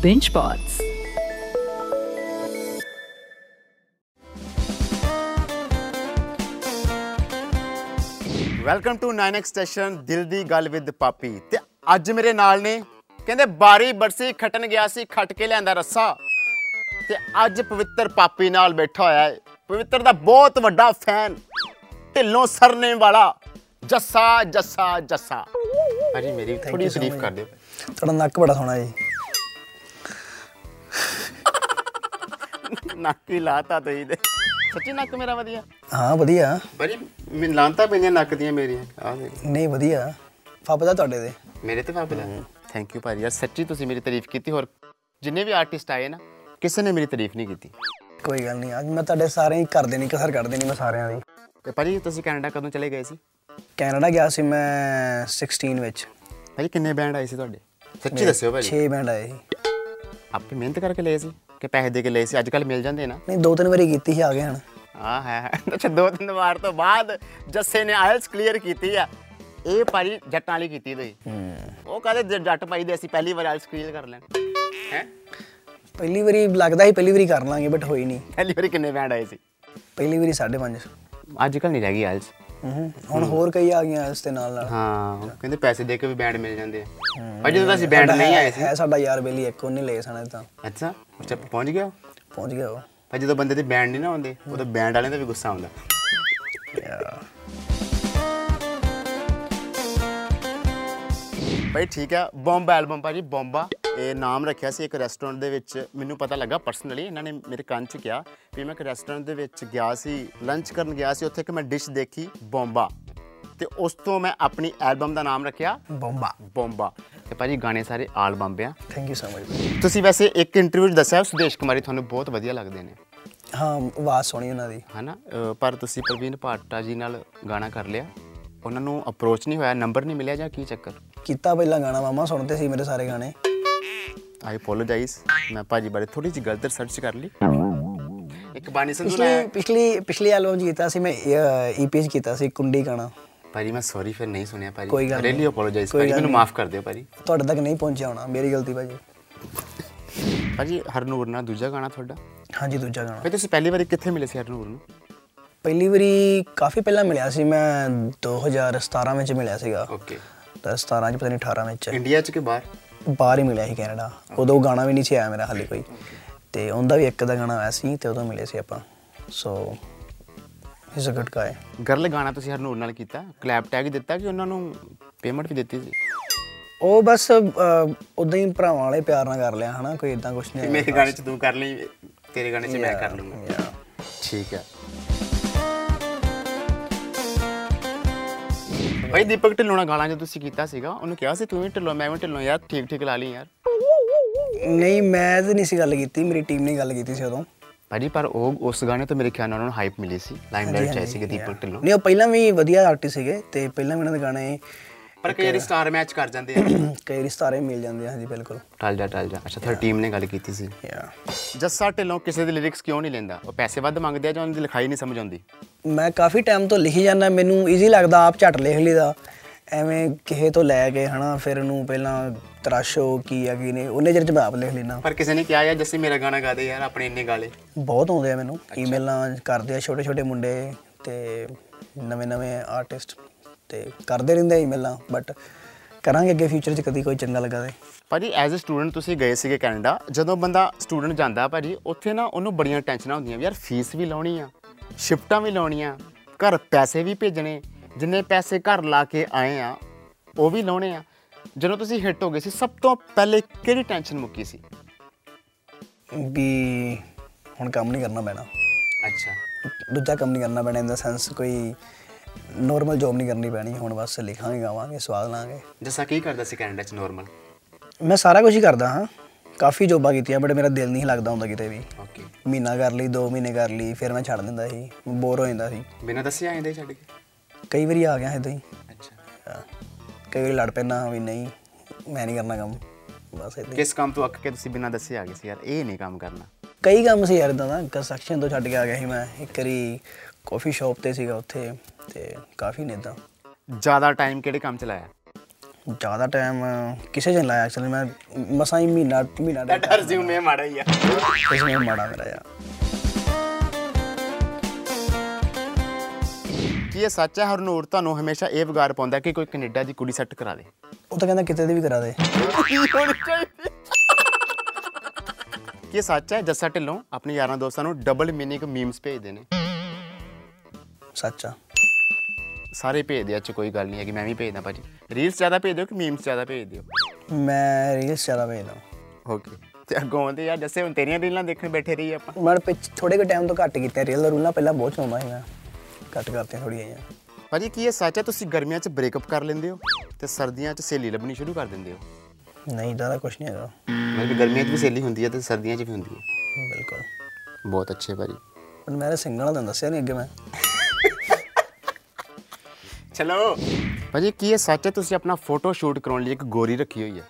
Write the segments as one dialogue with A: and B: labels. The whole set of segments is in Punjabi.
A: BingeBots.
B: Welcome to 9x station ਦਿਲ ਦੀ ਗੱਲ ਵਿਦ ਪਾਪੀ ਤੇ ਅੱਜ ਮੇਰੇ ਨਾਲ ਨੇ ਕਹਿੰਦੇ ਬਾਰੀ ਬਰਸੀ ਖਟਣ ਗਿਆ ਸੀ ਖਟ ਕੇ ਲਿਆਂਦਾ ਰੱਸਾ ਤੇ ਅੱਜ ਪਵਿੱਤਰ ਪਾਪੀ ਨਾਲ ਬੈਠਾ ਹੋਇਆ ਹੈ ਪਵਿੱਤਰ ਦਾ ਬਹੁਤ ਵੱਡਾ ਫੈਨ ਢਿੱਲੋਂ ਸਰਨੇ ਵਾਲਾ ਜੱਸਾ ਜੱਸਾ ਜੱਸਾ ਹਾਂਜੀ ਮੇਰੀ ਵੀ ਥੋੜੀ ਤਾਰੀਫ ਕਰ ਦਿਓ
C: ਤੁਹਾਡਾ ਨੱਕ ਬੜਾ ਸੋਹਣਾ ਜੀ
B: ਨੱਕ ਹੀ ਲਾਤਾ ਤੁਸੀਂ ਤੇ ਸੱਚੀ ਨੱਕ ਮੇਰਾ ਵਧੀਆ
C: ਹਾਂ ਵਧੀਆ
B: ਬੜੀ ਮੈਂ ਲਾਂਤਾ ਪੈਂਦੀਆਂ ਨੱਕ ਦੀਆਂ ਮੇਰੀਆਂ ਆਹ ਦੇਖ।
C: ਨਹੀਂ ਵਧੀਆ ਫੱਬਦਾ ਤੁਹਾਡੇ ਦੇ
B: ਮੇਰੇ ਤੇ ਫਾਬਲਾ ਥੈਂਕ ਯੂ ਭਾਜੀ ਯਾਰ ਸੱਚੀ ਤੁਸੀਂ ਮੇਰੀ ਤਾਰੀਫ ਕੀਤੀ ਹੋਰ ਜਿੰਨੇ ਵੀ ਆਰਟਿਸਟ ਆਏ ਨਾ ਕਿਸੇ ਨੇ ਮੇਰੀ ਤਾਰੀਫ ਨਹੀਂ ਕੀਤੀ
C: ਕੋਈ ਗੱਲ ਨਹੀਂ ਅੱਜ ਮੈਂ ਤੁਹਾਡੇ ਸਾਰੇ ਹੀ ਕਰ ਦੇਣੀ ਕਸਰ ਕਰ ਦੇਣੀ ਮੈਂ ਸਾਰਿਆਂ ਦੀ
B: ਤੇ ਭਾਜੀ ਤੁਸੀਂ ਕੈਨੇਡਾ ਕਦੋਂ ਚਲੇ ਗਏ ਸੀ
C: ਕੈਨੇਡਾ ਗਿਆ ਸੀ ਮੈਂ 16 ਵਿੱਚ
B: ਭਾਜੀ ਕਿੰਨੇ ਬੈਂਡ ਆਏ ਸੀ ਤੁਹਾਡੇ ਸੱਚੀ ਦੱਸਿਓ ਭਾਜੀ
C: 6 ਬੈਂਡ ਆਏ ਸੀ
B: ਆਪੇ ਮਿਹਨਤ ਕਰਕੇ ਲਏ ਸੀ ਕਿ ਪੈਸੇ ਦੇ ਕੇ ਲਏ ਸੀ ਅੱਜ ਕੱਲ ਮਿਲ ਜਾਂਦੇ ਨਾ
C: ਨਹੀਂ ਦੋ ਤਿੰਨ ਵਾਰੀ ਕੀਤੀ ਸੀ ਆ ਗਏ ਹਣ
B: ਆ ਹੈ ਹੈ। ਅੱਛਾ ਦੋ ਤਿੰਨ ਵਾਰ ਤੋਂ ਬਾਅਦ ਜੱਸੇ ਨੇ ਆਇਲਸ ਕਲੀਅਰ ਕੀਤੀ ਆ ਇਹ ਭਾਜੀ ਜੱਟਾਂ ਵਾਲੀ ਕੀਤੀ ਤੁਸੀਂ ਉਹ ਕਹਿੰਦੇ ਜੱਟ ਭਾਈ ਦੇ ਅਸੀਂ ਪਹਿਲੀ ਵਾਰ ਆਇਲਸ ਕਲੀਅਰ ਕਰ ਲੈਣ ਹੈ
C: ਪਹਿਲੀ ਵਾਰੀ ਲੱਗਦਾ ਸੀ ਪਹਿਲੀ ਵਾਰੀ ਕਰ ਲਾਂਗੇ ਬਟ ਹੋਈ ਨਹੀਂ
B: ਪਹਿਲੀ ਵਾਰੀ ਕਿੰਨੇ ਬੈਂਡ ਆਏ ਸੀ
C: ਪਹਿਲੀ ਵਾਰੀ 5.5
B: ਅੱਜ ਕੱਲ ਨਹੀਂ ਰਹਿ ਗਈ ਆਇਲਸ
C: ਹੂੰ ਹੁਣ ਹੋਰ ਕਈ ਆ ਗਈਆਂ ਇਸ ਦੇ ਨਾਲ ਨਾਲ
B: ਹਾਂ ਉਹ ਕਹਿੰਦੇ ਪੈਸੇ ਦੇ ਕੇ ਵੀ ਬੈਂਡ ਮਿਲ ਜਾਂਦੇ ਆ ਪਰ ਜਦੋਂ ਅਸੀਂ ਬੈਂਡ
C: ਸਾਡਾ
B: ਨਹੀਂ
C: ਹੈ-
B: ਆਏ ਸੀ
C: ਹੈ ਸਾਡਾ ਯਾਰ ਬੇਲੀ ਇੱਕ ਉਹਨੇ ਲੈ ਸਣਾ ਤਾਂ
B: ਅੱਛਾ ਉੱਥੇ ਆਪਾਂ ਪਹੁੰਚ ਗਿਆ
C: ਪਹੁੰਚ ਗਿਆ ਉਹ
B: ਪਰ ਜਦੋਂ ਬੰਦੇ ਤੇ ਬੈਂਡ ਨਹੀਂ ਨਾ ਹੁੰਦੇ ਉਦੋਂ ਬੈਂਡ ਵਾਲਿਆਂ ਦਾ ਵੀ ਗੁੱਸਾ ਆਉਂਦਾ ਭਾਈ ਠੀਕ ਆ ਬੰਬ ਐਲਬਮ ਭਾਜੀ ਬੰਬਾ ਇਹ ਨਾਮ ਰੱਖਿਆ ਸੀ ਇੱਕ ਰੈਸਟੋਰੈਂਟ ਦੇ ਵਿੱਚ ਮੈਨੂੰ ਪਤਾ ਲੱਗਾ ਪਰਸਨਲੀ ਇਹਨਾਂ ਨੇ ਮੇਰੇ ਕੰਨ 'ਚ ਕਿਹਾ ਵੀ ਮੈਂ ਇੱਕ ਰੈਸਟੋਰੈਂਟ ਦੇ ਵਿੱਚ ਗਿਆ ਸੀ ਲੰਚ ਕਰਨ ਗਿਆ ਸੀ ਉੱਥੇ ਇੱਕ ਮੈਂ ਡਿਸ਼ ਦੇਖੀ ਬੰਬਾ ਤੇ ਉਸ ਤੋਂ ਮੈਂ ਆਪਣੀ ਐਲਬਮ ਦਾ ਨਾਮ ਰੱਖਿਆ
C: ਬੰਬਾ
B: ਬੰਬਾ ਤੇ ਭਾਜੀ ਗਾਣੇ ਸਾਰੇ ਆਲ ਬੰਬ ਆ
C: ਥੈਂਕ ਯੂ ਸੋ ਮਚ
B: ਤੁਸੀਂ ਵੈਸੇ ਇੱਕ ਇੰਟਰਵਿਊ 'ਚ ਦੱਸਿਆ ਸੁਦੇਸ਼ ਕੁਮਾਰੀ ਤੁਹਾਨੂੰ ਬਹੁਤ ਵਧੀਆ ਲੱਗਦੇ ਨੇ
C: ਹਾਂ ਆਵਾਜ਼ ਸੋਹਣੀ ਉਹਨਾਂ ਦੀ
B: ਹਨਾ ਅਹ ਪਰ ਤੁਸੀਂ ਪ੍ਰਵੀਨ ਪਾਟਾ ਜੀ ਨਾਲ ਗਾਣਾ ਕਰ ਲਿਆ ਉਹਨਾਂ ਨੂੰ ਅਪਰੋਚ ਨਹੀਂ ਹੋਇਆ ਨੰਬਰ ਨਹੀਂ ਮਿਲਿਆ ਜਾਂ ਕੀ ਚੱਕਰ
C: ਕੀਤਾ ਪਹਿਲਾਂ ਗਾਣਾ ਮਾਮਾ ਸੁਣਦੇ ਸੀ ਮੇਰੇ ਸਾਰੇ ਗਾਣੇ
B: ਆਈ ਅਪੋਲੋਜਾਈਜ਼ ਮੈਂ ਭਾਜੀ ਬਾਰੇ ਥੋੜੀ ਜਿਹੀ ਗਲਤ ਰਿਸਰਚ ਕਰ ਲਈ ਇੱਕ ਬਾਣੀ ਸੰਧੂ
C: ਪਿਛਲੀ
B: ਨੇ
C: ਪਿਛਲੀ ਪਿਛਲੀ ਐਲਬਮ ਕੀਤਾ ਸੀ ਮੈਂ ਈਪੀ ਚ ਕੀਤਾ ਸੀ ਕੁੰਡੀ ਗਾਣਾ
B: ਭਾਜੀ ਮੈਂ ਸੌਰੀ ਫਿਰ ਨਹੀਂ ਸੁਣਿਆ ਭਾਜੀ
C: ਕੋਈ ਗੱਲ
B: ਰੀਲੀ
C: ਨਹੀਂ।
B: ਅਪੋਲੋਜਾਈਜ਼
C: ਕੋਈ
B: ਭਾਜੀ
C: ਗੱਲ
B: ਮੈਨੂੰ
C: ਨਹੀਂ।
B: ਮਾਫ ਕਰ ਦਿਓ ਭਾਜੀ
C: ਤੁਹਾਡੇ ਤੱਕ ਨਹੀਂ ਪਹੁੰਚਿਆ ਹੋਣਾ ਮੇਰੀ ਗਲਤੀ ਭਾਜੀ
B: ਭਾਜੀ ਹਰਨੂਰ ਨਾਲ ਦੂਜਾ ਗਾਣਾ ਤੁਹਾਡਾ
C: ਹਾਂਜੀ ਦੂਜਾ ਗਾਣਾ
B: ਫਿਰ ਤੁਸੀਂ ਪਹਿਲੀ ਵਾਰੀ ਕਿੱਥੇ ਮਿਲੇ ਸੀ ਹਰਨੂਰ ਨੂੰ
C: ਪਹਿਲੀ ਵਾਰੀ ਕਾਫੀ ਪਹਿਲਾਂ ਮਿਲਿਆ ਸੀ ਮੈਂ 2017 ਵਿੱਚ ਮਿਲਿਆ ਸੀਗਾ
B: ਓਕੇ
C: ਤਾਂ 17 ਚ ਪਤਾ ਨਹੀਂ 18 ਵਿੱਚ
B: ਇੰਡੀਆ ਚ ਕਿ ਬਾਹਰ
C: ਬਾਹਰ ਹੀ ਮਿਲਿਆ ਸੀ ਕੈਨੇਡਾ ਉਦੋਂ ਗਾਣਾ ਵੀ ਨਹੀਂ ਸੀ ਆਇਆ ਮੇਰਾ ਹਾਲੇ ਕੋਈ ਤੇ ਉਹਦਾ ਵੀ ਇੱਕ ਦਾ ਗਾਣਾ ਆਇਆ ਸੀ ਤੇ ਉਦੋਂ ਮਿਲੇ ਸੀ ਆਪਾਂ so is a good guy
B: girl ਗਾਣਾ ਤੁਸੀਂ ਹਰਨੂਰ ਨਾਲ ਕੀਤਾ ਕਲੈਪ ਟੈਗ ਦਿੱਤਾ ਕਿ ਉਹਨਾਂ ਨੂੰ ਪੇਮੈਂਟ ਵੀ ਦਿੱਤੀ ਸੀ
C: ਉਹ ਬਸ ਉਦਾਂ ਹੀ ਭਰਾਵਾਂ ਵਾਲੇ ਪਿਆਰ ਨਾਲ ਕਰ ਲਿਆ ਹਨਾ ਕੋਈ ਇਦਾਂ ਕੁਝ ਨਹੀਂ
B: ਤੇ
C: ਆਇਆ।
B: ਮੇਰੇ ਗਾਣੇ 'ਚ ਤੂੰ ਕਰ ਲਈ ਤੇਰੇ ਗਾਣੇ 'ਚ ਮੈਂ ਕਰ ਲੂੰਗਾ
C: Yeah.
B: ਠੀਕ ਹੈ ਭਾਈ ਦੀਪਕ ਢਿੱਲੋਂ ਨਾਲ ਗਾਣਾ ਜੋ ਤੁਸੀਂ ਕੀਤਾ ਸੀਗਾ ਉਹਨੂੰ ਕਿਹਾ ਸੀ ਤੂੰ ਵੀ ਢਿੱਲੋਂ ਮੈਂ ਵੀ ਢਿੱਲੋਂ ਯਾਰ ਠੀਕ ਠੀਕ ਲਾ ਲਈ ਯਾਰ
C: ਨਹੀਂ ਮੈਂ ਤੇ ਨਹੀਂ ਸੀ ਗੱਲ ਕੀਤੀ ਮੇਰੀ ਟੀਮ ਨੇ ਗੱਲ ਕੀਤੀ ਸੀ ਉਦੋਂ
B: ਭਾਜੀ ਪਰ ਉਹ ਉਸ ਗਾਣੇ ਤੋਂ ਮੇਰੇ ਖਿਆਲ ਨਾਲ ਉਹਨਾਂ ਨੂੰ ਹਾਈਪ ਮਿਲੀ ਸੀ ਲਾਈਮਲਾਈਟ ਚਾਹੀ ਸੀ ਦੀਪਕ ਢਿੱਲੋਂ
C: ਨਹੀਂ ਉਹ ਪਹਿਲਾਂ ਵੀ ਵਧੀਆ ਆਰਟਿਸਟ ਸੀਗੇ ਤੇ ਪਹਿਲਾਂ ਵੀ ਉਹਨਾਂ ਦੇ ਗਾਣੇ
B: ਪਰ ਕਈ ਵਾਰੀ ਸਟਾਰ ਮੈਚ ਕਰ ਜਾਂਦੇ ਆ
C: ਕਈ ਰਿਸ਼ਤਾਰੇ ਮਿਲ ਜਾਂਦੇ ਆ ਹਾਂਜੀ ਬਿਲਕੁਲ
B: ਟਲ ਜਾ ਟਲ ਜਾ ਅੱਛਾ ਤੁਹਾਡੀ ਟੀਮ ਨੇ ਗੱਲ ਕੀਤੀ ਸੀ
C: ਯਾ
B: ਜੱਸਾ ਢਿੱਲੋਂ ਕਿਸੇ ਦੇ ਲਿਰਿਕਸ ਕਿਉਂ ਨਹੀਂ ਲੈਂਦਾ ਉਹ ਪੈਸੇ ਵੱਧ ਮੰਗਦੇ ਆ ਜਾਂ ਉਹਨਾਂ ਦੀ ਲਿਖਾਈ ਨਹੀਂ ਸਮਝ ਆਉਂਦੀ
C: ਮੈਂ ਕਾਫੀ ਟਾਈਮ ਤੋਂ ਲਿਖੀ ਜਾਂਦਾ ਮੈਨੂੰ ਈਜ਼ੀ ਲੱਗਦਾ ਆਪ ਝਟ ਲਿਖ ਲਈਦਾ ਐਵੇਂ ਕਿਸੇ ਤੋਂ ਲੈ ਕੇ ਹਨਾ ਫਿਰ ਉਹਨੂੰ ਪਹਿਲਾਂ ਤਰਾਸ਼ੋ ਕੀ ਆ ਕੀ ਨੇ ਉਹਨੇ ਚਿਰ ਚ ਮੈਂ ਆਪ ਲਿਖ ਲੈਣਾ
B: ਪਰ ਕਿਸੇ ਨੇ ਕਿਹਾ ਯਾਰ ਜੱਸੀ ਮੇਰਾ ਗਾਣਾ ਗਾ ਦੇ ਯਾਰ ਆਪਣੇ ਇੰਨੇ ਗਾਲੇ
C: ਬਹੁਤ ਆਉਂਦੇ ਆ ਮੈਨੂੰ ਈਮੇਲਾਂ ਕਰਦੇ ਆ ਛੋਟੇ ਛੋਟੇ ਮੁੰਡੇ ਤੇ ਨਵੇਂ ਨਵੇਂ ਆਰਟਿਸਟ ਤੇ ਕਰਦੇ ਰਹਿੰਦੇ ਆ ਈਮੇਲਾਂ ਬਟ ਕਰਾਂਗੇ ਅੱਗੇ ਫਿਊਚਰ ਚ ਕਦੀ ਕੋਈ ਚੰਗਾ ਲੱਗਾ ਤੇ
B: ਭਾਜੀ ਐਜ਼ ਅ ਸਟੂਡੈਂਟ ਤੁਸੀਂ ਗਏ ਸੀਗੇ ਕੈਨੇਡਾ ਜਦੋਂ ਬੰਦਾ ਸਟੂਡੈਂਟ ਜਾਂਦਾ ਭਾਜੀ ਉੱਥੇ ਨਾ ਉਹਨੂੰ ਬੜੀਆਂ ਟੈਨਸ਼ਨਾਂ ਹੁੰਦੀਆਂ ਵੀ ਯਾਰ ਫੀਸ ਵੀ ਲਾਉਣੀ ਆ ਸ਼ਿਫਟਾਂ ਵੀ ਲਾਉਣੀਆਂ ਘਰ ਪੈਸੇ ਵੀ ਭੇਜਣੇ ਜਿੰਨੇ ਪੈਸੇ ਘਰ ਲਾ ਕੇ ਆਏ ਆ ਉਹ ਵੀ ਲਾਉਣੇ ਆ ਜਦੋਂ ਤੁਸੀਂ ਹਿੱਟ ਹੋ ਗਏ ਸੀ ਸਭ ਤੋਂ ਪਹਿਲੇ ਕਿਹੜੀ ਟੈਨਸ਼ਨ ਮੁੱਕੀ ਸੀ
C: ਵੀ ਹੁਣ ਕੰਮ ਨਹੀਂ ਕਰਨਾ ਪੈਣਾ
B: ਅੱਛਾ
C: ਦੂਜਾ ਕੰਮ ਨਹੀਂ ਕਰਨਾ ਪੈਣਾ ਇਨ ਦਾ ਸੈਂਸ ਕੋਈ ਨੋਰਮਲ ਜੌਬ ਨਹੀਂ ਕਰਨੀ ਪੈਣੀ ਹੁਣ ਬਸ ਲਿਖਾਂਗੇ ਗਾਵਾਂਗੇ ਸਵਾਦ ਲਾਂਗੇ
B: ਜਸਾ ਕੀ ਕਰਦਾ ਸੀ ਕੈਨੇਡਾ 'ਚ ਨੋਰਮਲ
C: ਮੈਂ ਸਾਰਾ ਕੁਝ ਹੀ ਕਰਦਾ ਹਾਂ ਕਾਫੀ ਜੋਬਾਂ ਕੀਤੀਆਂ ਬਟ ਮੇਰਾ ਦਿਲ ਨਹੀਂ ਲੱਗਦਾ ਹੁੰਦਾ ਕਿਤੇ ਵੀ
B: ਓਕੇ
C: ਮਹੀਨਾ ਕਰ ਲਈ 2 ਮਹੀਨੇ ਕਰ ਲਈ ਫਿਰ ਮੈਂ ਛੱਡ ਦਿੰਦਾ ਸੀ ਬੋਰ ਹੋ ਜਾਂਦਾ ਸੀ
B: ਬਿਨਾਂ ਦੱਸਿਆ ਆਂਦੇ ਛੱਡ ਕੇ
C: ਕਈ ਵਾਰੀ ਆ ਗਿਆ ਇਦਾਂ ਹੀ
B: ਅੱਛਾ
C: ਹਾਂ। ਕਈ ਵਾਰੀ ਲੜ ਪੈਂਦਾ ਹਾਂ ਵੀ ਨਹੀਂ ਮੈਂ ਨਹੀਂ ਕਰਨਾ ਕੰਮ ਬਸ ਇਦਾਂ
B: ਕਿਸ ਕੰਮ ਤੋਂ ਅੱਕ ਕੇ ਤੁਸੀਂ ਬਿਨਾਂ ਦੱਸੇ ਆ ਗਏ ਸੀ ਯਾਰ ਇਹ ਨਹੀਂ ਕੰਮ ਕਰਨਾ
C: ਕਈ ਕੰਮ ਸੀ ਯਾਰ ਇਦਾਂ ਦਾ ਕੰਸਟਰਕਸ਼ਨ ਤੋਂ ਛੱਡ ਕੇ ਆ ਗਿਆ ਸੀ ਮੈਂ ਇੱਕ ਵਾਰੀ ਕਾਫੀ ਸ਼ਾਪ ਤੇ ਸੀਗਾ ਉੱਥੇ ਤੇ ਕਾਫੀ ਨੇ ਇੱਦਾਂ
B: ਜ਼ਿਆਦਾ ਟਾਈਮ ਕਿਹੜੇ ਕੰਮ 'ਚ ਲਾਇਆ
C: ਜ਼ਿਆਦਾ ਟਾਈਮ ਕਿਸੇ 'ਚ ਨਹੀਂ ਲਾਇਆ ਐਕਚੁਅਲੀ ਮੈਂ ਮਸਾਂ ਹੀ ਮਹੀਨਾ ਮਹੀਨਾ ਡੇਢ
B: ਡੈਟ ਰਜ਼ਿਊਮੇ ਮਾੜਾ ਹੀ ਆ
C: ਇਸ ਵਿੱਚ ਮਾੜਾ ਮੇਰਾ ਯਾਰ
B: ਕੀ ਇਹ ਸੱਚ ਹੈ ਹਰਨੂਰ ਤੁਹਾਨੂੰ ਹਮੇਸ਼ਾ ਇਹ ਵਿਗਾੜ ਪਾਉਂਦਾ ਕਿ ਕੋਈ ਕੈਨੇਡਾ ਦੀ ਕੁੜੀ ਸੈੱਟ ਕਰਾ ਦੇ
C: ਉਹ ਤਾਂ ਕਹਿੰਦਾ ਕਿਤੇ ਦੀ ਵੀ ਕਰਾ ਦੇ
B: ਕੀ ਇਹ ਸੱਚ ਹੈ ਜੱਸਾ ਢਿੱਲੋਂ ਆਪਣੇ ਯਾਰਾਂ ਦੋਸਤਾਂ ਨੂੰ ਡਬਲ ਮੀਨਿੰਗ ਮੀਮਸ ਭੇਜਦੇ ਨੇ
C: ਸੱਚ ਆ
B: ਸਾਰੇ ਭੇਜਦੇ ਆ ਚ ਕੋਈ ਗੱਲ ਨਹੀਂ ਹੈ ਕਿ ਮੈਂ ਵੀ ਭੇਜਦਾ ਭਾਜੀ ਰੀਲਸ ਜ਼ਿਆਦਾ ਭੇਜ ਦਿਓ ਕਿ ਮੀਮਸ ਜ਼ਿਆਦਾ ਭੇਜ ਦਿਓ
C: ਮੈਂ ਰੀਲਸ ਜ਼ਿਆਦਾ ਵੇਖਦਾ
B: ਓਕੇ ਤੇ ਅੱਗੋਂ ਆਉਂਦੇ ਯਾਰ ਜੱਸੇ ਹੁਣ ਤੇਰੀਆਂ ਰੀਲਾਂ ਦੇਖਣ ਬੈਠੇ ਰਹੀ ਆਪਾਂ
C: ਮੈਂ ਪਿੱਛੇ ਥੋੜੇ ਕੁ ਟਾਈਮ ਤੋਂ ਘੱਟ ਕੀਤਾ ਰੀਲ ਰੂਲਾਂ ਪਹਿਲਾਂ ਬਹੁਤ ਚਾਹੁੰਦਾ ਸੀ ਮੈਂ ਘੱਟ ਕਰਤੀਆਂ ਥੋੜੀਆਂ ਜਿਹੀਆਂ
B: ਭਾਜੀ ਕੀ ਇਹ ਸੱਚ ਹੈ ਤੁਸੀਂ ਗਰਮੀਆਂ 'ਚ ਬ੍ਰੇਕਅਪ ਕਰ ਲੈਂਦੇ ਹੋ ਤੇ ਸਰਦੀਆਂ 'ਚ ਸਹੇਲੀ ਲੱਭਣੀ ਸ਼ੁਰੂ ਕਰ ਦਿੰਦੇ ਹੋ
C: ਨਹੀਂ ਦਾਦਾ ਕੁਛ ਨਹੀਂ ਹੈਗਾ
B: ਮਤਲਬ ਕਿ ਗਰਮੀਆਂ 'ਚ ਵੀ ਸਹੇਲੀ ਹੁੰਦੀ ਹੈ ਤੇ ਸਰਦੀਆਂ 'ਚ ਵੀ ਹੁੰਦੀ ਹੈ
C: ਬਿਲਕੁਲ
B: ਬਹੁਤ ਅੱਛੇ ਭਾਜੀ
C: ਪਰ ਮੈਂ ਸਿੰਗਲ ਤਾਂ ਦੱਸਿਆ ਨਹੀਂ ਅੱਗੇ ਮੈਂ
B: ਚਲੋ ਭਾਜੀ ਕੀ ਇਹ ਸੱਚ ਹੈ ਤੁਸੀਂ ਆਪਣਾ ਫੋਟੋ ਸ਼ੂਟ ਕਰਾਉਣ ਲਈ ਇੱਕ ਗੋਰੀ ਰੱਖੀ ਹੋਈ ਹੈ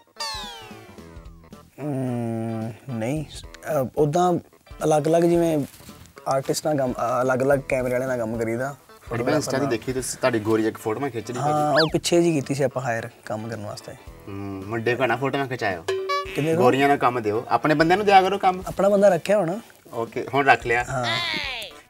C: ਅਮ, ਨਹੀਂ ਉਦਾਂ ਅਲੱਗ-ਅਲੱਗ ਜਿਵੇਂ ਆਰਟਿਸਟ ਨਾਲ ਕੰਮ ਅ, ਅਲੱਗ-ਅਲੱਗ ਕੈਮਰੇ ਵਾਲਿਆਂ ਨਾਲ ਕੰਮ ਕਰੀਦਾ
B: ਤੁਹਾਡੀ ਮੈਂ ਇੰਸਟਾ ਤੇ ਦੇਖੀ ਤੁਸੀਂ ਤੁਹਾਡੀ ਗੋਰੀ ਇੱਕ ਫੋਟੋ ਮੈਂ ਖਿੱਚ ਲਈ
C: ਹਾਂ ਉਹ ਪਿੱਛੇ ਜੀ ਕੀਤੀ ਸੀ ਆਪਾਂ ਹਾਇਰ ਕੰਮ ਕਰਨ ਵਾਸਤੇ
B: ਹਮ, ਮੁੰਡੇ ਕੋ ਨਾ ਫੋਟੋ ਮੈਂ ਖਿਚਾਇਓ
C: ਕਿੰਨੇ ਦਾ?
B: ਗੋਰੀਆਂ ਨੂੰ ਕੰਮ ਦਿਓ ਆਪਣੇ ਬੰਦਿਆਂ ਨੂੰ ਦਿਆ ਕਰੋ ਕੰਮ
C: ਆਪਣਾ ਬੰਦਾ ਰੱਖਿਆ ਹੋਣਾ
B: ਓਕੇ ਹੁਣ ਰੱਖ ਲਿਆ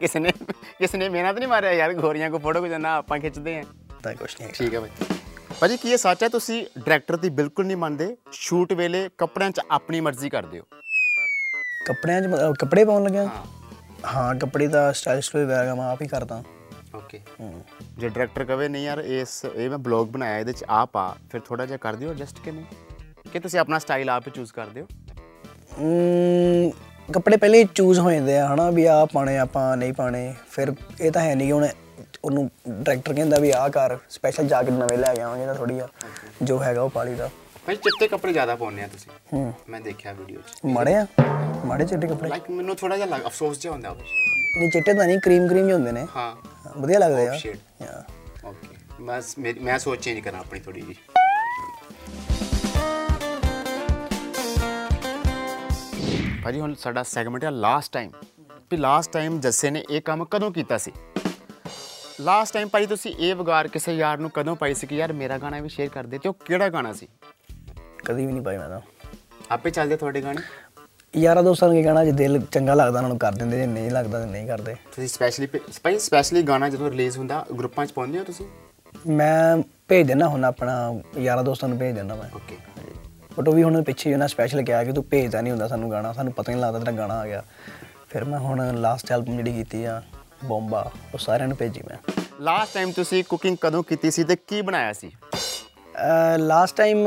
B: ਕਿਸੇ ਨੇ ਕਿਸੇ ਨੇ ਮਿਹਨਤ ਨਹੀਂ ਮਾਰਿਆ ਯਾਰ ਗੋਰੀਆਂ ਕੋ ਫੋਟੋ ਖਿਚਣਾ ਆਪਾਂ ਖਿੱਚਦੇ ਆਂ
C: ਤਾਂ ਕੁਛ ਨਹੀਂ ਹੈਗਾ।
B: ਠੀਕ ਹੈ ਭਾਈ ਭਾਜੀ ਕੀ ਇਹ ਸੱਚ ਹੈ ਤੁਸੀਂ ਡਾਇਰੈਕਟਰ ਦੀ ਬਿਲਕੁਲ ਨਹੀਂ ਮੰਨਦੇ ਸ਼ੂਟ ਵੇਲੇ ਕੱਪੜਿਆਂ 'ਚ ਆਪਣੀ ਮਰਜ਼ੀ ਕਰਦੇ ਹੋ
C: ਕੱਪੜਿਆਂ 'ਚ ਮਤਲਬ ਕੱਪੜੇ ਪਾਉਣ ਲੱਗਿਆ ਹਾਂ ਕੱਪੜੇ ਦਾ ਸਟਾਈਲਿਸ਼ ਵੀ ਵਗੈਰਾ ਮੈਂ ਆਪ ਹੀ ਕਰਦਾ
B: ਓਕੇ
C: ਹਮ,
B: ਜੇ ਡਾਇਰੈਕਟਰ ਕਵੇ ਨਹੀਂ ਯਾਰ ਇਸ ਇਹ ਮੈਂ ਬਲੌਗ ਬਣਾਇਆ ਇਹਦੇ 'ਚ ਆ ਪਾ ਫਿਰ ਥੋੜਾ ਜਿਹਾ ਕਰ ਦਿਓ ਐਡਜਸਟ ਕਿ ਨਹੀਂ ਕਿ ਤੁਸੀਂ ਆਪਣਾ ਸਟਾਈਲ ਆਪ ਹੀ ਚੂਜ਼ ਕਰਦੇ ਹੋ
C: ਅਮ, ਕੱਪੜੇ ਪਹਿਲੇ ਚੂਜ਼ ਹੋ ਜਾਂਦੇ ਆ ਹਨਾ ਵੀ ਆ ਪਾਣੇ ਆਪਾਂ ਨਹੀਂ ਪਾਣੇ ਫਿਰ ਇਹ ਤਾਂ ਹੈ ਨਹੀਂ ਕਿ ਹੁਣ ਉਹਨੂੰ ਡਾਇਰੈਕਟਰ ਕਹਿੰਦਾ ਵੀ ਆਹ ਕਰ ਸਪੈਸ਼ਲ ਜਾ ਕੇ ਨਵੇਂ ਲੈ ਕੇ ਆਵਾਂਗੇ ਤਾਂ ਥੋੜੀ ਆ ਜੋ ਹੈਗਾ ਉਹ ਪਾਲੀ ਦਾ
B: ਭਾਈ ਚਿੱਟੇ ਕੱਪੜੇ ਜ਼ਿਆਦਾ ਪਾਉਂਦੇ ਆ ਤੁਸੀਂ
C: ਹੂੰ
B: ਮੈਂ ਦੇਖਿਆ ਵੀਡੀਓ 'ਚ
C: ਮਾੜੇ ਆ ਮਾੜੇ ਚਿੱਟੇ ਕੱਪੜੇ
B: ਲਾਈਕ ਮੈਨੂੰ ਥੋੜਾ ਜਿਹਾ ਲੱਗ- ਅਫਸੋਸ ਜਿਹਾ ਹੁੰਦਾ ਉਹ
C: ਨਹੀਂ ਚਿੱਟੇ ਤਾਂ ਨਹੀਂ ਕਰੀਮ ਕਰੀਮ ਜਿਹੇ ਹੁੰਦੇ ਨੇ
B: ਹਾਂ
C: ਹਾਂ, ਵਧੀਆ ਲੱਗਦੇ ਆ
B: shade.
C: ਹਾਂ।
B: ਓਕੇ ਮੈਂ ਸ- ਮੇਰੀ- ਮੈਂ ਸੋਚ ਚੇਂਜ ਕਰਾਂ ਆਪਣੀ ਥੋੜੀ ਜੀ ਭਾਜੀ ਹੁਣ ਸਾਡਾ ਸੈਗਮੈਂਟ ਹੈ ਲਾਸਟ ਟਾਈਮ ਵੀ ਲਾਸਟ ਟਾਈਮ ਜੱਸੇ ਨੇ ਇਹ ਕੰਮ ਕਦੋਂ ਕੀਤਾ ਸੀ ਲਾਸਟ ਟਾਈਮ ਭਾਜੀ ਤੁਸੀਂ ਇਹ ਵਿਗਾਰ ਕਿਸੇ ਯਾਰ ਨੂੰ ਕਦੋਂ ਪਾਈ ਸੀ ਕਿ ਯਾਰ ਮੇਰਾ ਗਾਣਾ ਵੀ ਸ਼ੇਅਰ ਕਰਦੇ ਤੇ ਉਹ ਕਿਹੜਾ ਗਾਣਾ ਸੀ
C: ਕਦੀ ਵੀ ਨਹੀਂ ਪਾਈ ਮੈਂ ਤਾਂ
B: ਆਪੇ ਚੱਲਦੇ ਤੁਹਾਡੇ ਗਾਣੇ
C: ਯਾਰਾਂ ਦੋਸਤਾਂ ਨੂੰ ਕੀ ਕਹਿਣਾ ਜੇ ਦਿਲ ਚੰਗਾ ਲੱਗਦਾ ਉਹਨਾਂ ਨੂੰ ਕਰ ਦਿੰਦੇ ਜੇ ਨਹੀਂ ਲੱਗਦਾ ਤਾਂ ਨਹੀਂ ਕਰਦੇ
B: ਤੁਸੀਂ ਸਪੈਸ਼ਲੀ ਭਾਈ ਸਪੈਸ਼ਲੀ ਗਾਣਾ ਜਦੋਂ ਰਿਲੀਜ਼ ਹੁੰਦਾ ਗਰੁੱਪਾਂ 'ਚ ਪਾਉਂਦੇ ਹੋ ਤੁਸੀਂ
C: ਮੈਂ ਭੇਜ ਦਿੰਦਾ ਹੁਣ ਆਪਣਾ ਯਾਰਾਂ ਦੋਸਤਾਂ ਨੂੰ ਭੇਜ ਦਿੰਦਾ ਮੈਂ
B: ਓਕੇ
C: ਬਟ ਉਹ ਵੀ ਹੁਣ ਪਿੱਛੇ ਉਹਨਾਂ ਸਪੈਸ਼ਲ ਕਿਹਾ ਕਿ ਤੂੰ ਭੇਜਦਾ ਨਹੀਂ ਹੁੰਦਾ ਸਾਨੂੰ ਗਾਣਾ ਸਾਨੂੰ ਪਤਾ ਨਹੀਂ ਲੱਗਦਾ ਤੇਰਾ ਗਾਣਾ ਆ ਗਿਆ ਫਿਰ ਮੈਂ ਹੁਣ ਲਾਸਟ ਐਲਬਮ ਜਿਹੜੀ ਕੀਤੀ ਆ ਬੰਬਾ ਉਹ ਸਾਰਿਆਂ ਨੂੰ ਭੇਜੀ ਮੈਂ
B: ਲਾਸਟ ਟਾਈਮ ਤੁਸੀਂ ਕੁਕਿੰਗ ਕਦੋਂ ਕੀਤੀ ਸੀ ਤੇ ਕੀ ਬਣਾਇਆ ਸੀ
C: ਲਾਸਟ ਟਾਈਮ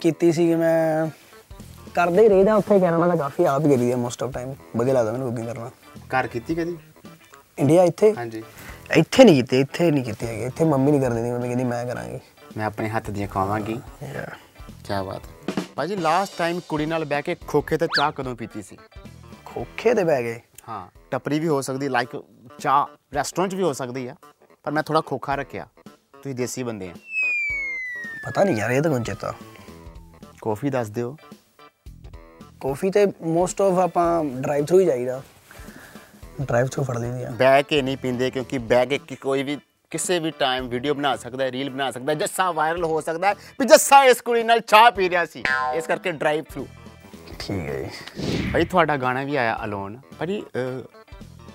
C: ਕੀਤੀ ਸੀ ਮੈਂ ਕਰਦੇ ਹੀ ਰਹੀਦਾ ਉੱਥੇ ਕੈਨੇਡਾ ਦਾ ਕਾਫੀ ਆਪ ਹੀ ਕਰੀਦੀ ਆ ਮੋਸਟ ਆਫ ਟਾਈਮ ਵਧੀਆ ਲੱਗਦਾ ਮੈਨੂੰ ਕੁਕਿੰਗ ਕਰਨਾ
B: ਘਰ ਕੀਤੀ ਕਦੀ
C: ਇੰਡੀਆ ਇੱਥੇ
B: ਹਾਂਜੀ
C: ਇੱਥੇ ਨਹੀਂ ਕੀਤੀ ਇੱਥੇ ਨਹੀਂ ਕੀਤੀ ਹੈਗੀ ਇੱਥੇ ਮੰਮੀ ਨਹੀਂ ਕਰਦੀ ਮੰਮੀ ਕਹਿੰਦੀ ਮੈਂ ਕਰਾਂਗੀ
B: ਮੈਂ ਆਪਣੇ ਹੱਥ ਦੀਆਂ ਖਾਵਾਂਗੀ
C: Yeah.
B: ਕੀ ਬਾਤ ਹੈ ਭਾਜੀ ਲਾਸਟ ਟਾਈਮ ਕੁੜੀ ਨਾਲ ਬਹਿ ਕੇ ਖੋਖੇ ਤੇ ਚਾਹ ਕਦੋਂ ਪੀਤੀ ਸੀ
C: ਖੋਖੇ ਤੇ ਬਹਿ ਗਏ
B: ਹਾਂ ਟੱਪਰੀ ਵੀ ਹੋ ਸਕਦੀ ਲਾਈਕ ਚਾਹ ਰੈਸਟੋਰੈਂਟ 'ਚ ਵੀ ਹੋ ਸਕਦੀ ਆ ਪਰ ਮੈਂ ਥੋੜਾ ਖੋਖਾ ਰੱਖਿਆ ਤੁਸੀਂ ਦੇਸੀ ਬੰਦੇ ਆ
C: ਪਤਾ ਨਹੀਂ ਯਾਰ ਇਹ ਤਾਂ ਕੌਣ ਚੇਤਾ
B: ਕੌਫੀ ਦੱਸ ਦਿਓ
C: ਕਾਫੀ ਤੇ ਮੋਸਟ ਆਫ ਆਪਾਂ ਡਰਾਈਵ ਥਰੂ ਹੀ ਜਾਈਦਾ ਡਰਾਈਵ ਥਰੂ ਫੜ ਲਈਦੀ ਆ
B: ਬਹਿ ਕੇ ਨਹੀਂ ਪੀਂਦੇ ਕਿਉਂਕਿ ਬਹਿ ਕੇ ਕਿ- ਕੋਈ ਵੀ ਕਿਸੇ ਵੀ ਟਾਈਮ ਵੀਡੀਓ ਬਣਾ ਸਕਦਾ ਹੈ ਰੀਲ ਬਣਾ ਸਕਦਾ ਹੈ ਜੱਸਾ ਵਾਇਰਲ ਹੋ ਸਕਦਾ ਹੈ ਵੀ ਜੱਸਾ ਇਸ ਕੁੜੀ ਨਾਲ ਚਾਹ ਪੀ ਰਿਹਾ ਸੀ ਇਸ ਕਰਕੇ ਡਰਾਈਵ ਥਰੂ
C: ਠੀਕ ਹੈ
B: ਭਾਈ ਤੁਹਾਡਾ ਗਾਣਾ ਵੀ ਆਇਆ ਅਲੋਨ ਭਾਜੀ ਅਹ,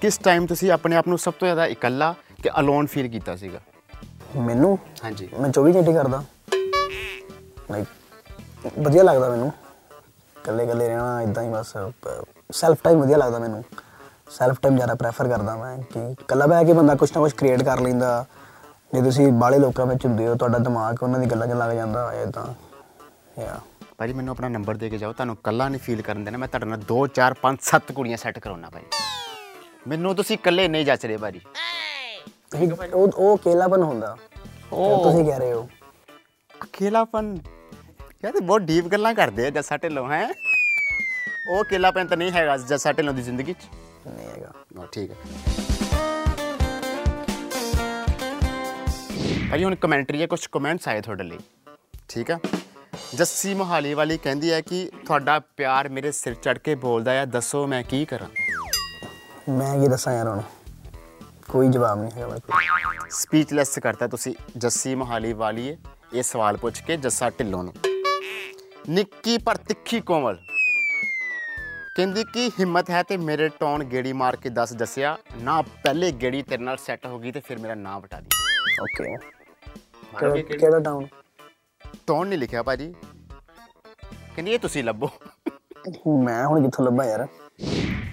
B: ਕਿਸ ਟਾਈਮ ਤੁਸੀਂ ਆਪਣੇ ਆਪ ਨੂੰ ਸਭ ਤੋਂ ਜ਼ਿਆਦਾ ਇਕੱਲਾ ਕਿ ਅਲੋਨ ਫੀਲ ਕੀਤਾ ਸੀਗਾ
C: ਜੀ ਮੈਨੂੰ
B: ਹਾਂਜੀ
C: ਮੈਂ 24 ਘੰਟੇ ਕਰਦਾ ਲਾਈਕ ਵਧੀਆ ਲੱਗਦਾ ਮੈਨੂੰ ਇਕੱਲੇ ਇਕੱਲੇ ਰਹਿਣਾ ਇਦਾਂ ਹੀ ਬਸ ਸੈਲਫ ਟਾਈਮ ਵਧੀਆ ਲੱਗਦਾ ਮੈਨੂੰ ਸੈਲਫ ਟਾਈਮ ਜ਼ਿਆਦਾ ਪ੍ਰੈਫਰ ਕਰਦਾ ਮੈਂ ਕਿ ਇਕੱਲਾ ਬਹਿ ਕੇ ਬੰਦਾ ਕੁਛ ਨਾ ਕੁਛ ਕ੍ਰੀਏਟ ਕਰ ਲੈਂਦਾ ਜੇ ਤੁਸੀਂ ਬਾਹਲੇ ਲੋਕਾਂ ਵਿੱਚ ਹੁੰਦੇ ਹੋ ਤੁਹਾਡਾ ਦਿਮਾਗ ਉਹਨਾਂ ਦੀ ਗੱਲਾਂ 'ਚ ਲੱਗ ਜਾਂਦਾ ਇਦਾਂ ਯਾ
B: ਭਾਜੀ ਮੈਨੂੰ ਆਪਣਾ ਨੰਬਰ ਦੇ ਕੇ ਜਾਓ ਤੁਹਾਨੂੰ ਇਕੱਲਾ ਨਹੀਂ ਫੀਲ ਕਰਨ ਦੇਣਾ ਮੈਂ ਤੁਹਾਡੇ ਨਾਲ 2 4 5 7 ਕੁੜੀਆਂ ਸੈੱਟ ਕਰਾਉਣਾ ਭਾਈ ਮੈਨੂੰ ਤੁਸੀਂ ਇਕੱਲੇ ਨਹੀਂ ਜੱਚ ਰਹੇ ਭਾਜੀ
C: ਤੁਸੀਂ ਉਹ ਉਹ ਅਕੇਲਾਪਨ ਹੁੰਦਾ ਉਹ ਤੁਸੀਂ ਕਹਿ ਰਹੇ ਹੋ
B: ਅਕੇਲਾਪਨ ਯਾਰ ਇਹ ਬਹੁਤ ਡੀਪ ਗੱਲਾਂ ਕਰਦੇ ਆ ਜੱਸਾ ਢਿੱਲੋਂ ਹੈ ਉਹ ਅਕੇਲਾਪਨ ਤਾਂ ਨਹੀਂ ਹੈਗਾ ਜੱਸਾ ਢਿੱਲੋਂ ਦੀ ਜ਼ਿੰਦਗੀ 'ਚ
C: ਨਹੀਂ ਹੈਗਾ
B: ਹਾਂ ਠੀਕ ਹੈ ਭਾਈ ਹੁਣ ਕਮੈਂਟਰੀ ਹੈ ਕੁਝ ਕਮੈਂਟਸ ਆਏ ਤੁਹਾਡੇ ਲਈ ਠੀਕ ਹੈ ਜੱਸੀ ਮੋਹਾਲੀ ਵਾਲੀ ਕਹਿੰਦੀ ਹੈ ਕਿ ਤੁਹਾਡਾ ਪਿਆਰ ਮੇਰੇ ਸਿਰ ਚੜ ਕੇ ਬੋਲਦਾ ਹੈ ਦੱਸੋ ਮੈਂ ਕੀ ਕਰਾਂ
C: ਮੈਂ ਕੀ ਦੱਸਾਂ ਯਾਰ ਹੁਣ ਕੋਈ ਜਵਾਬ ਨਹੀਂ ਹੈਗਾ ਮੇਰੇ ਕੋਲ
B: ਸਪੀਚਲੈਸ ਕਰਤਾ ਤੁਸੀਂ ਜੱਸੀ ਮੋਹਾਲੀ ਵਾਲੀਏ ਇਹ ਸਵਾਲ ਪੁੱਛ ਕੇ ਜੱਸਾ ਢਿੱਲੋਂ ਨੂੰ ਨਿੱਕੀ ਪਰ ਤਿੱਖੀ ਕੋਮਲ ਕਹਿੰਦੀ ਕਿ ਹਿੰਮਤ ਹੈ ਤੇ ਮੇਰੇ ਟੌਣ ਗੇੜੀ ਮਾਰ ਕੇ ਦੱਸ ਜੱਸਿਆ ਨਾ ਪਹਿਲੇ ਗੇੜੀ ਤੇਰੇ ਨਾਲ ਸੈੱਟ ਹੋ ਗਈ ਤੇ ਫਿਰ ਮੇਰਾ ਨਾਂ ਵਟਾ ਦੀ
C: ਓਕੇ ਕਿਹੜਾ ਟਾਊਨ
B: ਟੌਣ ਨਹੀਂ ਲਿਖਿਆ ਭਾਜੀ ਕਹਿੰਦੀ ਇਹ ਤੁਸੀਂ ਲੱਭੋ
C: ਮੈਂ ਹੁਣ ਕਿੱਥੋਂ ਲੱਭਾਂ ਯਾਰ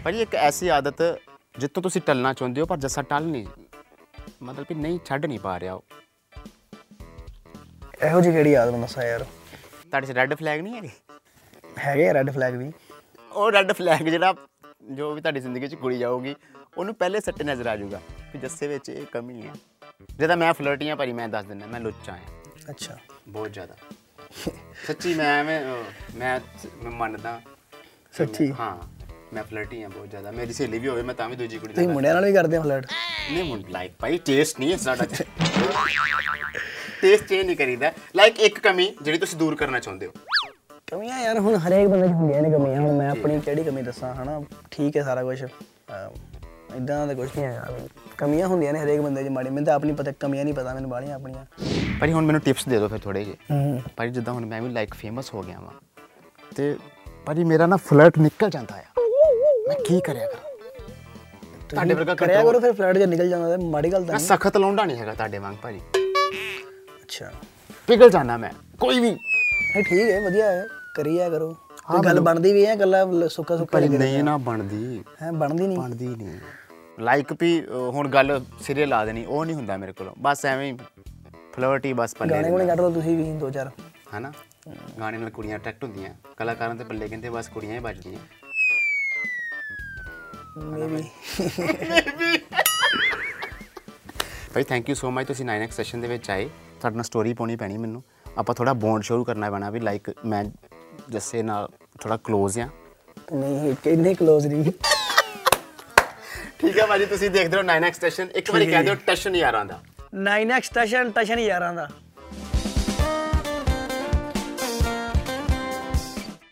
B: ਭਾਜੀ ਇੱਕ ਐਸੀ ਆਦਤ ਜਿੱਥੋਂ ਤੁਸੀਂ ਟਲਣਾ ਚਾਹੁੰਦੇ ਹੋ ਪਰ ਜੱਸਾ ਟਲ ਨਹੀਂ ਮਤਲਬ ਕਿ ਨਹੀਂ ਛੱਡ ਨਹੀਂ ਪਾ ਰਿਹਾ ਉਹ
C: ਇਹੋ ਜਿਹੀ ਕਿਹੜੀ ਯਾਦ ਮੈਨੂੰ ਦੱਸਾਂ ਯਾਰ
B: ਤੁਹਾਡੇ 'ਚ ਰੈੱਡ ਫਲੈਗ ਨਹੀਂ ਹੈਗੇ
C: ਹੈਗੇ ਆ ਰੈੱਡ ਫਲੈਗ ਵੀ
B: ਉਹ ਰੈੱਡ ਫਲੈਗ ਜਿਹੜਾ ਜੋ ਵੀ ਤੁਹਾਡੀ ਜ਼ਿੰਦਗੀ 'ਚ ਕੁੜੀ ਜਾਊਗੀ ਉਹਨੂੰ ਪਹਿਲੇ ਸੱਟੇ ਨਜ਼ਰ ਆ ਜਾਊਗਾ ਕਿ ਜੱਸੇ ਵਿੱਚ ਇਹ ਕਮੀ ਹੈ ਜਿਹਦਾ ਮੈਂ ਫਲਰਟੀਆਂ ਭਾਜੀ ਮੈਂ ਦੱਸ ਦਿੰਦਾ ਮੈਂ ਲੁੱਚਾ ਆ
C: ਅੱਛਾ
B: ਬਹੁਤ ਜ਼ਿਆਦਾ ਸੱਚੀ ਮੈਂ ਐਵੇਂ ਅਹ, ਮੈਂ ਮੈਂ ਮੰਨਦਾ
C: ਸੱਚੀ
B: ਹਾਂ ਮੈਂ ਫਲਰਟੀ ਆ ਬਹੁਤ ਜ਼ਿਆਦਾ ਮੇਰੀ ਸਹੇਲੀ ਵੀ ਹੋਵੇ ਮੈਂ ਤਾਂ ਵੀ ਦੂਜੀ ਕੁੜੀ
C: ਤੁਸੀਂ
B: ਨਾਲ
C: ਮੁੰਡਿਆਂ ਨਾਲ ਵੀ ਕਰਦੇ ਆ ਫਲਰਟ
B: ਨਹੀਂ ਮੁੰਡ ਲਾਈਕ ਭਾਈ ਟੇਸਟ ਨਹੀਂ ਹੈ ਸਾਡਾ ਟੇਸਟ ਚੇਂਜ ਨਹੀਂ ਕਰੀਦਾ ਲਾਈਕ ਇੱਕ ਕਮੀ ਜਿਹੜੀ ਤੁਸੀਂ ਦੂਰ ਕਰਨਾ ਚਾਹੁੰਦੇ ਹੋ
C: ਕਮੀਆਂ ਯਾਰ ਹੁਣ ਹਰੇਕ ਬੰਦੇ 'ਚ ਹੁੰਦੀਆਂ ਨੇ ਕਮੀਆਂ ਹੁਣ ਮੈਂ ਆਪਣੀ ਕਿਹੜੀ ਕਮੀ ਦੱਸਾਂ ਹਨਾ ਠੀਕ ਹੈ ਸਾਰਾ ਕੁਝ ਇਦਾਂ ਦਾ ਕੁਝ ਨਹੀਂ ਹੈ ਯਾਰ ਕਮੀਆਂ ਹੁੰਦੀਆਂ ਨੇ ਹਰੇਕ ਬੰਦੇ 'ਚ ਮਾੜੀ ਮੈਨੂੰ ਤਾਂ ਆਪਣੀ ਪਤਾ ਕਮੀਆਂ ਨਹੀਂ ਪਤਾ ਮੈਨੂੰ ਬਾਹਲੀਆਂ ਆਪਣੀਆਂ
B: ਭਾਜੀ ਹੁਣ ਮੈਨੂੰ ਟਿਪਸ ਦੇ ਦਿਓ ਫਿਰ ਥੋੜੇ ਜਿਹੇ
C: ਹੂੰ
B: ਭਾਜੀ ਜਿੱਦਾਂ ਹੁਣ ਮੈਂ ਵੀ ਲਾਈਕ ਫੇਮਸ ਹੋ ਗਿਆ ਵਾਂ ਤੇ ਭਾਜੀ ਮੇਰਾ ਨਾ ਫਲਰਟ ਨਿਕਲ ਜਾਂਦਾ ਆ ਮੈਂ ਕੀ ਕਰਿਆ ਕਰਾਂ ਤੁਹਾਡੇ ਵਰਗਾ
C: ਕਰਿਆ ਕਰੋ ਫਿਰ ਫਲਰਟ 'ਚ ਨਿਕਲ ਜਾਂਦਾ ਤੇ ਮਾੜੀ ਗੱਲ ਤਾਂ
B: ਮੈਂ
C: ਨਹੀਂ
B: ਸਖਤ ਲੌਂਡਾ ਨਹੀਂ ਹੈਗਾ ਤੁਹਾਡੇ ਵਾਂਗ ਭਾਜੀ
C: ਅੱਛਾ
B: ਪਿਗਲ ਜਾਣਾ ਮੈਂ ਕੋਈ ਵੀ
C: ਨਹੀਂ ਠੀਕ ਹੈ ਵਧੀਆ ਹੈ ਕਰੀਆ ਕਰੋ ਕੋਈ ਗੱਲ ਬਣਦੀ ਵੀ ਹੈ ਗੱਲਾਂ ਲ- ਸੁੱਕਾ ਸੁੱਕਾ
B: ਭਾਜੀ ਨਹੀਂ ਨਾ ਬਣਦੀ
C: ਹੈ ਬਣਦੀ ਨਹੀਂ
B: ਬਣਦੀ ਨਹੀਂ ਲਾਈਕ ਵੀ ਅਹ, ਹੁਣ ਗੱਲ ਸਿਰੇ ਲਾ ਦੇਣੀ ਉਹ ਨਹੀਂ ਹੁੰਦਾ ਮੇਰੇ ਕੋਲੋਂ ਬਸ ਐਵੇਂ ਫਲਰਟ ਹੀ ਬਸ ਪੱਲੇ
C: ਗਾਣੇ ਗੁਣੇ ਕੱਢ ਲਓ ਤੁਸੀਂ ਵੀ ਦੋ ਚਾਰ
B: ਹਨਾ ਗਾਣੇ ਨਾਲ ਕੁੜੀਆਂ ਅਟਰੈਕਟ ਹੁੰਦੀਆਂ ਕਲਾਕਾਰਾਂ ਤੇ ਪੱਲੇ ਕਹਿੰਦੇ ਬਸ ਕੁੜੀਆਂ ਹੀ ਵੱਜਦੀਆਂ
C: ਮੇਬੀ
B: ਭਾਈ ਥੈਂਕ ਯੂ ਸੋ ਮਚ ਤੁਸੀਂ 9x ਸੈਸ਼ਨ ਦੇ ਵਿੱਚ ਆਏ ਤੁਹਾਡੇ ਨਾਲ ਸਟੋਰੀ ਪਾਉਣੀ ਪੈਣੀ ਮੈਨੂੰ ਆਪਾਂ ਥੋੜਾ ਬੌਂਡ ਸ਼ੁਰੂ ਕਰਨਾ ਪੈਣਾ ਵੀ ਲਾਈਕ ਮੈਂ ਜੱਸੇ ਨਾਲ ਥੋੜਾ ਕਲੋਜ਼ ਆ
C: ਨਹੀਂ ਇੰਨੇ ক্লোਜ਼ ਨਹੀਂ
B: ਠੀਕ ਹੈ ਭਾਜੀ ਤੁਸੀਂ ਦੇਖਦੇ ਰਹੋ 9x ਸੈਸ਼ਨ ਇੱਕ ਵਾਰੀ ਕਹਿ ਦਿਓ ਟੈਸ਼ਨ ਯਾਰਾਂ ਦਾ
C: 9x ਸਟੇਸ਼ਨ ਟਸ਼ਨ ਯਾਰਾਂ ਦਾ